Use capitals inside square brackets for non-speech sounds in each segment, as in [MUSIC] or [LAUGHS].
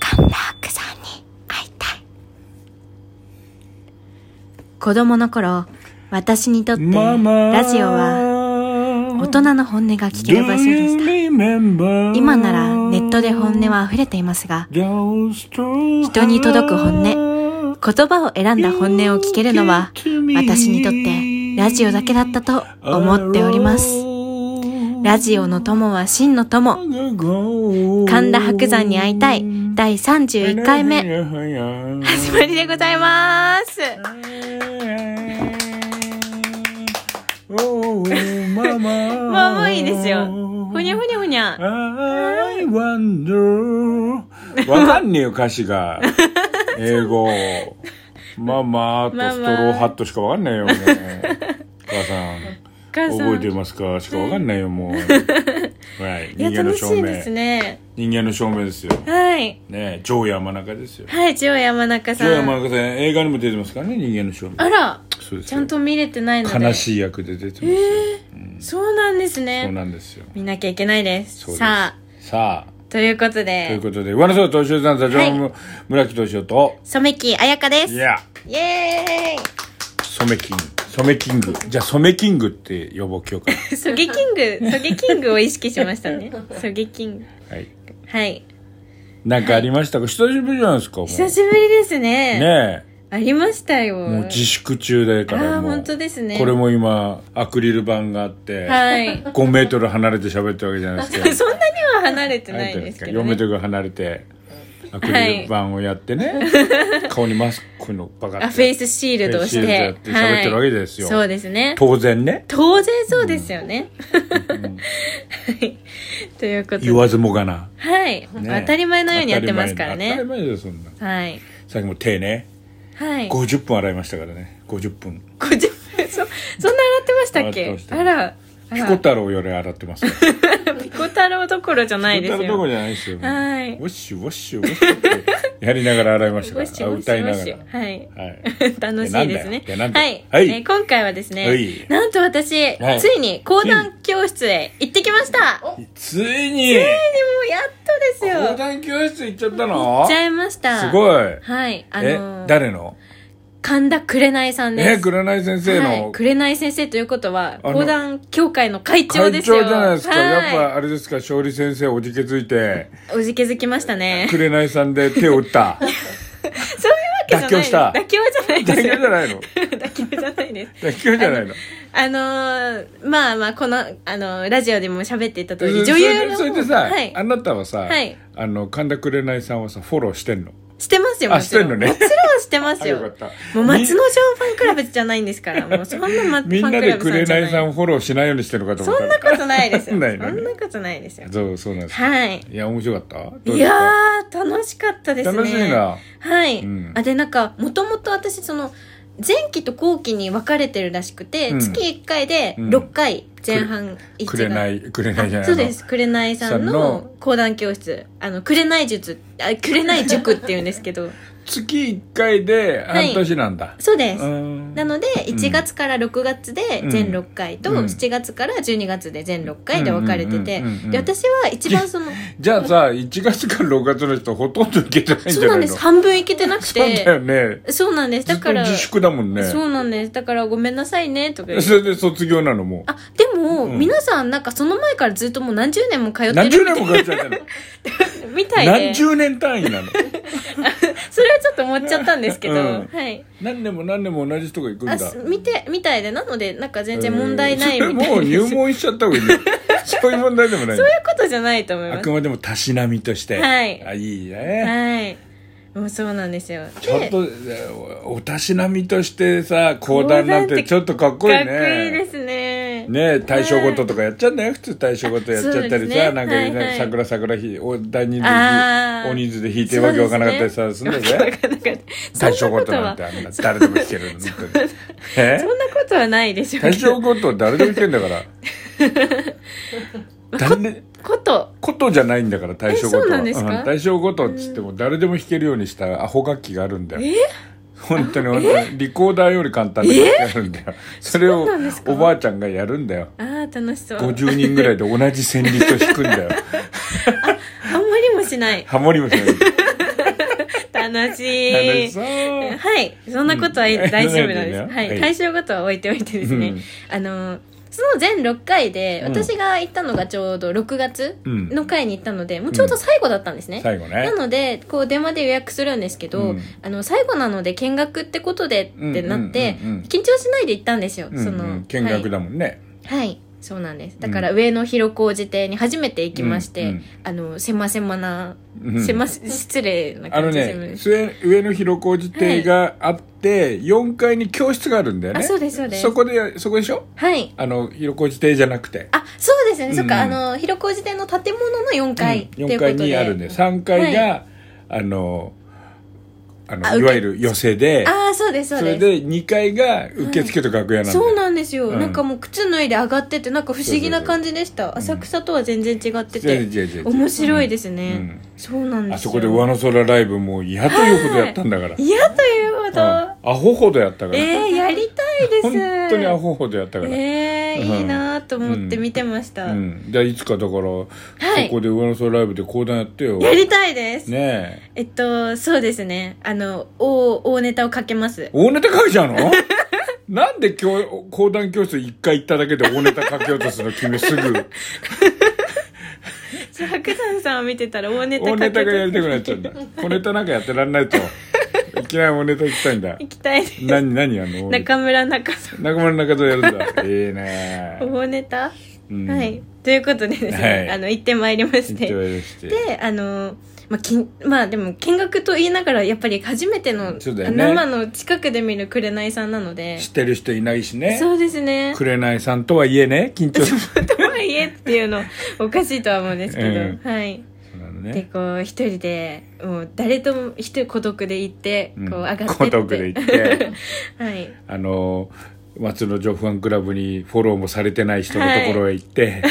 ハンバーグさんに会いたい子供の頃私にとってママラジオは大人の本音が聞ける場所でしたた今ならネットで本音は溢れていますが人人に届く本音言葉を選んだ本音を聞けるのは私にとってラジオだけだったと思っておりますラジオの友は真の友オ神田伯山に会いたい第31回目目始まりでございます [LAUGHS] も [LAUGHS] もうもうういいですよふにゃふにゃふにゃ I wonder わかんねえよ歌 [LAUGHS] 詞が英語ママとストローハットしかわかんないよね母さん母さん覚えてますかしかわかんないよもうはいいや人間の楽し証い明ですね人間の証明ですよはいねえ上山中ですよはいジョー山中さ上山ん中さん映画にも出てますからね人間の証明あらそうですちよゃんと見れてないので悲しい役で出てますよ、そうなんですそうねなんですよ見なきゃいけないですそうですささああということでということで上野総敏夫さん社長はの村木敏夫と染木彩香ですいやイエー染めキング染めキングじゃあ染めキングって呼ぼう今日かイソゲキ [LAUGHS] ングソゲキングを意識しましたねソゲキングらはいはいなんかありましたか久しぶりじゃないですかもう久しぶりですねねありましたよえもう自粛中だからああもう本当ですねこれも今アクリル板があって、 [LAUGHS] はい5メートル離れて喋ってるわけじゃないです [LAUGHS] かそんなには離れてないですけど、 4メーねト、ルぐらい離れてアクリル板をやってね、顔にマスクのバカってあフェイスシールドをしフェてイスシールドやって喋ってるわけですよはい、そうですね当然ね当然そうですよね、 [LAUGHS] はいということで言わずもがな、はい、ね当たり前のようにやってますから当たりね前だよそんなはいさっきも手ねはい50分洗いましたからね50分50分そそんな洗ってましたっ洗ってけましたあらあピらコ太郎より洗ってますよピコ太郎どころじゃないです歌うとこよじゃないですよ。はいウォッシュウォッシュウォッシュってやりながら洗いましたウォかッシら。ュあウォッシ歌いュウォなッがシら。ュはい [LAUGHS] はい。楽しいですねでなんだはよい、でなんだよはいえー今回はですね、はいなんと私、はいついに講談教室へ行ってきましたついにもついにうやっとですよ講談教室行っちゃったの行っちゃいましたすごい。はいあのえー、誰の神田紅さんですえ、紅先生はい、の紅先生ということはあの講談協会の会長会ですよ長じゃないですか。はやっぱあれですか、勝利先生おじけづいて、おじけづきましたね紅さんで手を打った。 [LAUGHS] そういうわけじゃない妥協した妥協じゃないでだすけじよゃないの妥協じゃないですだけじゃないのあのー、まあまあこの、あのーラジオでも喋っていた通りうん女優のそれでそれでさはい、あなたはさはい、あの、神田紅さんはさ、フォローしてんのしてますよあもちろんしてんのねもちろんしてますあ、よよかった。もう松野城ファンクラブじゃないんですからもうそんなまファみんンなクラでブさんじゃな紅いさんをフォローしないようにしてるのかと思っそたんなことないですよ [LAUGHS] ないそのんねなことないですよそうそうなんですかはいいや面白かったどうですかいやー楽しかったですね楽しいなはい、うんあでなんかもともと私その前期と後期に分かれてるらしくて、うん月1回でうん6回前半1くれながいくれないじゃないそうです紅さんさんのの講談教室あの紅術あ紅塾っていうんですけ [LAUGHS] どあの月一回で半年なんだ、そうです、うんなのでうん1月から6月で全6回と、うん7月から12月で全6回で分かれてて、うんうんうんうんで私は一番そのじゃあさ1月から6月の人ほとんど行けてないんじそうゃなないんのです半分いけてなくそうだてよねそうなんですずだっとから自粛だもんねそうなんですだからごめんなさいねとか言ってそれで卒業なのもあでも、うん皆さんなんかその前からずっともう何十年も通ってう何る十年も通っちゃった [LAUGHS] のみたいで何十年単位なのそれはちょっと思っちゃったんですけど、うんはい何年も何年も同じ人が行くんだあす見てみたいでなのでなんか全然問題ないえーみたそいれでもうす、入門しちゃった方がいい [LAUGHS] ねそういう問題でもないそういうことじゃないと思いあまくすまでもたしなみとしてはいあいいね、はいもうそうなんですよちょっでとえーおおたしなみとしてさ講談なん講談っててちょっとかっこいいねかっこいいですねね大正ごととかやっちゃうんだよ普通大正ごとやっちゃったそうでりさ、すねなんか、はいはい桜桜ひお大人数あー大人数で弾いてわけわからなかったりさすんだそうですねわけぜわかんなかった大正ごとそんななんことはてあんな誰でも弾けるの本当にえそんなことはないでしょう大けど正ごと誰でも弾けるん [LAUGHS] だから誰でことことじゃないんだから大正ごえそうとなはんですかうん大正ごとっつっても誰でも弾けるようにしたアホ楽器があるんだよ本当に本当にリコーダーより簡単な楽器があるんだよそれそうをなんですかおばあちゃんがやるんだよああ楽しそうあんま50人ぐらいで同 [LAUGHS] じ旋律を弾くんだよりもしないハモリもしない楽し楽いし。そう。はい。そんなことはうん大丈夫なんで大丈夫だよす。は。はいい対象ことは置いておいてですうねん。あの、その全6回で、うん私が行ったのがちょうど6月うんの回に行ったので、もうちょうど最後だったんですね。最後ねな。ので、こう電話で予約するんですけど、うんあの、最後なので見学ってことでってなって、うんうんうんうん緊張しないで行ったんですよ。うんそうんの、見はい学だもんね。はい、そうなんです。だから上野広小路邸に初めて行きまして、うんうんあの、せませまな、うんせま、失礼なあの感じで、ね、末上野広小路邸があって、4階に教室があるんだよね。あそうですそうですそこで、そこでしょはい。あの、広小路邸じゃなくて。あ、そうですね。そっか、あうんうんの、広小路邸の建物の4階っていうこ4とで。階にあるんで、3階はいが、あの、ああの、受いけわゆる寄席で、ああ、そうです、そうそれです。で2階が受付と楽屋なんだよそうなんですよ、うんなんかもう靴脱いで上がっててなんか不思議な感じでしたそうそうそう浅草とは全然違って違うて違う違う違う面白いですね、うんそうなんですよあそこで上の空ライブも嫌というほどやったんだから。嫌というほど、うんアホほどやったから。えー、やりたいです本当にアホほどやったから。えうんー、いいなと思って見てました、うん。じゃあいつかだから、いそこで上野空ライブで講談やってよ。やりたいです、ねえ。えっとそうですねあの大大ネタをかけます大ネタ書いちゃうの [LAUGHS] なんで今日、講談教室一回行っただけで大ネタ書きようとするの君すぐ。白山さんを見てたら大ネタ大かけネタがやりてたくなっちゃうんだ。小ネタなんかやってらんな [LAUGHS] いと。いきなり大ネタ行きたいんだい。きたいです何、何やんの大ネタ中村中さ中村中蔵やる [LAUGHS] んだ。ええねん大ネタ、うんはいということでですね、はいあの行ってまいりまし行っててまいりまして。であのまあ、きんまあでも見学と言いながらやっぱり初めての、そうだよね生の近くで見る紅さんなので知ってる人いないしね。そうですね紅さんとはいえね、緊張する。とはいえっていうの [LAUGHS] おかしいとは思うんですけど、うんはいそうなのでね。こう一人でもう誰とも一人孤独で行ってこうう上んがってって、孤独で行って、 [LAUGHS] はいあの、松野城ファンクラブにフォローもされてない人のところへ行って、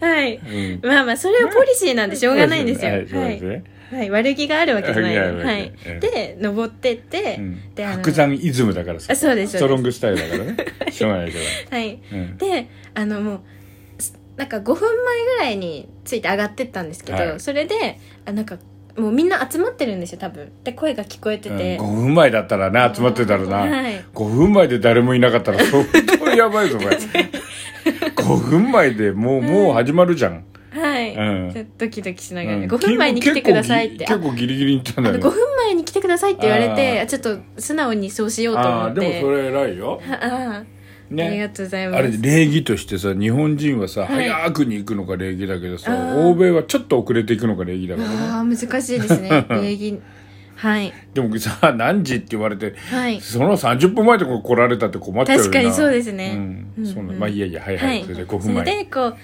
はい、うんまあまあそれはポリシーなんで [LAUGHS] しょうがないんですよ、はいそうはですい、ね。はい、悪気があるわけじゃない悪気がはあるわいけじゃないうんで登ってって、うんであの白山イズムだからさあ。そうですスそトうロですングスタイルだから [LAUGHS] ね。しょうがないしょうはいがない。うんであのもうすなんか5分前ぐらいについて上がってったんですけど、はいそれであなんかもうみんな集まってるんですよ多分で声が聞こえてて、うん、5分前だったらね集まってたらな、はい5分前で誰もいなかったら相当やばいぞこ [LAUGHS] れ5分前でもう、もう始まるじゃん、はい、うんちょっとドキドキしながら、うん5分前に来てくださいって結構ギリ結構ギリギリに言ったんあだあよのね5分前に来てくださいって言われてああちょっと素直にそうしようとあ思あっでもてそれ偉いよ、ああありがねとうございますあれ礼儀としてさ日本人はさ、はい早くに行くのが礼儀だけどあさー欧米はちょっと遅れていくのが礼儀だからねああ難しいです [LAUGHS] ね礼儀はいでもさ何時って言われてはいその30分前とか来られたって困っちゃうよな確かにそうですねうんうんうんそうなんまあいいやいやはいは、はいいそれで5そ分れ前でこう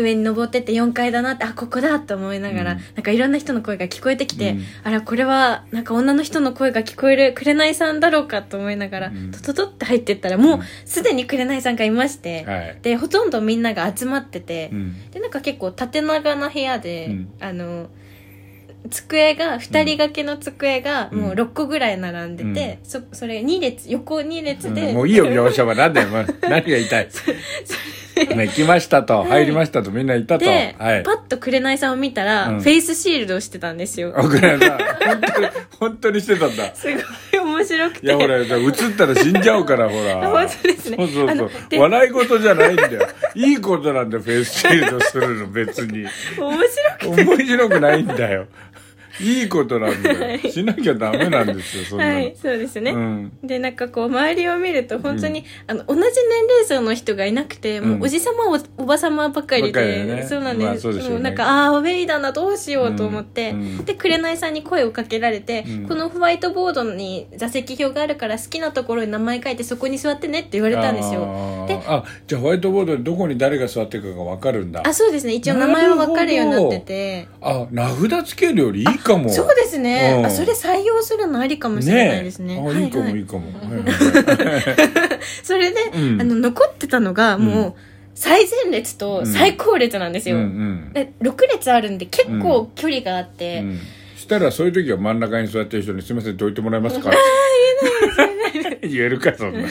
上に登ってって4階だなってあここだと思いながら、うんなんかいろんな人の声が聞こえてきて、うんあらこれはなんか女の人の声が聞こえる紅さんだろうかと思いながら、うんトトトって入ってったらもううんすでに紅さんがいまして、はいでほとんどみんなが集まってて、うんでなんか結構縦長な部屋で、うんあの机が2人掛けの机がもう6個ぐらい並んでて、そそれ2列横2列で、うんもういいよ、描写は。なんだ [LAUGHS] よ、もう何が言いたい。ね来ましたと、い入りましたと、みんないたと。はで、いパ。ッと紅さんを見たら、うんフェイスシールドをしてたんですよ。奥村さん、本当に、本当にしてた [LAUGHS] んだ。いすごい面白くて。や、ほら、映ったら死んじゃうから、ほら。本当ですねそうそうあそのでう。笑い事じゃないんだよ。いいことなんだよ、フェイスシールドするの、[LAUGHS] 別に。面白くて。面白くないんだよ。いいことなんだはよ。いしなきゃダメなんですよ、そんなはの。い、そうですね。うん。で、なんかこう、周りを見ると、本当に、あの、同じ年齢層の人がいなくて、もう、んおじさま、おおばさまばっかりばっかで、りだよねそうなんです。まあそうでしょうねもなんか、ああー、ウェイだな、どうしようと思って、うんうんで、紅さんに声をかけられて、うんこのホワイトボードに座席表があるから、好きなところに名前書いて、そこに座ってねって言われたんですよ。あーであ、じゃあホワイトボードでどこに誰が座ってるかがわかるんだ。あ、そうですね。一応名前はわかるようになってて。あ、名札つけるよりいいかも。そうですね、うんあそれ採用するのありかもしれないですねえはあ、いいかはも、いいかも。はいはいそれで、うんあの残ってたのがもう最前列と最後列なんですうよ、んうん。で6列あるんで結構距離があって、うんしたらそういう時は真ん中に座ってる人に「すいませんどいてもらえますか?」 [LAUGHS] 言えるかそんな、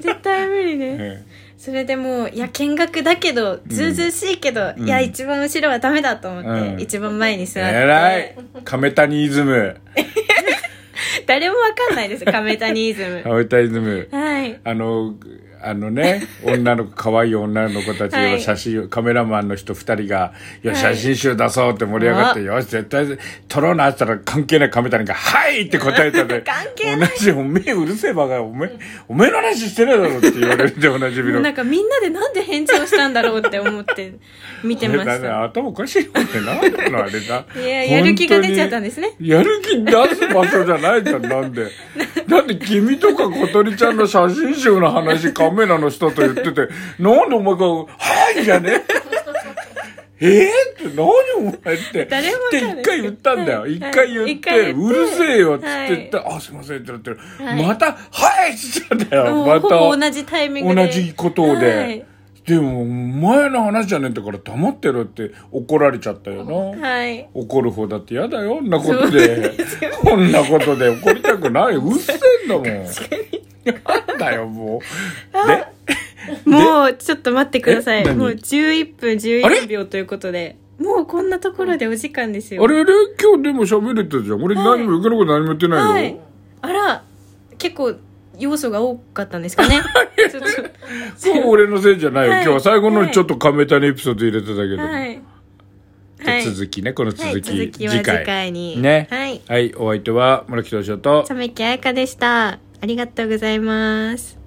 絶対無理ねえそれでもういや見学だけどずうずうしいけど、いや一番後ろはダメだと思って、うん一番前に座えって、らい亀谷イズム誰もわかんないです亀谷イズム亀谷イズム [LAUGHS] はいあのあのね女の子可愛い女の子たちはをい写真を、カメラマンの人2人が「いや写真集出そう」って盛り上がって「よし絶対撮ろうな」っつったら関係ない亀谷が「はい!」って答えたで [LAUGHS] 関係同じ「おめえうるせえバカおめえおめえの話してないだろ」って言われるでおなじみも [LAUGHS] のうなんかみんなでなんで返事をしたんだろうって思って見てましあれ [LAUGHS] だね、た頭おかしいよね。なんなのあれだ。いややる気が出ちゃったんですね本当にやる気出す場所じゃないじゃん、なんで。なんで君とか小鳥ちゃんの写真集の話、カメラの人と言ってて、なんでお前が、はいじゃねええーって何お前って。誰もわかってんない一回言ったんだよ。はい一回言っ一回て、言ってうるせえよっつって言って、あ、すいませんってなってる。また、はいっつっちゃったよ。もうまほた。ぼ同じタイミングで同じことで、はいでもお前の話じゃねえんだから黙ってろって怒られちゃったよな、はい怒る方だって嫌だよこんなことでこんなことで怒りたくないうっせえんだもんなんだよもうでもうちょっと待ってくださえい何もう11分あれ11秒ということでもうこんなところでお時間ですよあれあれ今日でも喋れたじゃん俺はい何も余計なこと何も言ってなはいよい、あら結構要素が多かったんです [LAUGHS] かねちょっとそう俺のせいじゃないよ、はい今日は最後のはいちょっと亀谷エピソード入れてたけど、はいじゃあはい続きねこの続き,、はい続きは次回にねはいはい、お相手は村木敏夫とめきあやかでしたありがとうございます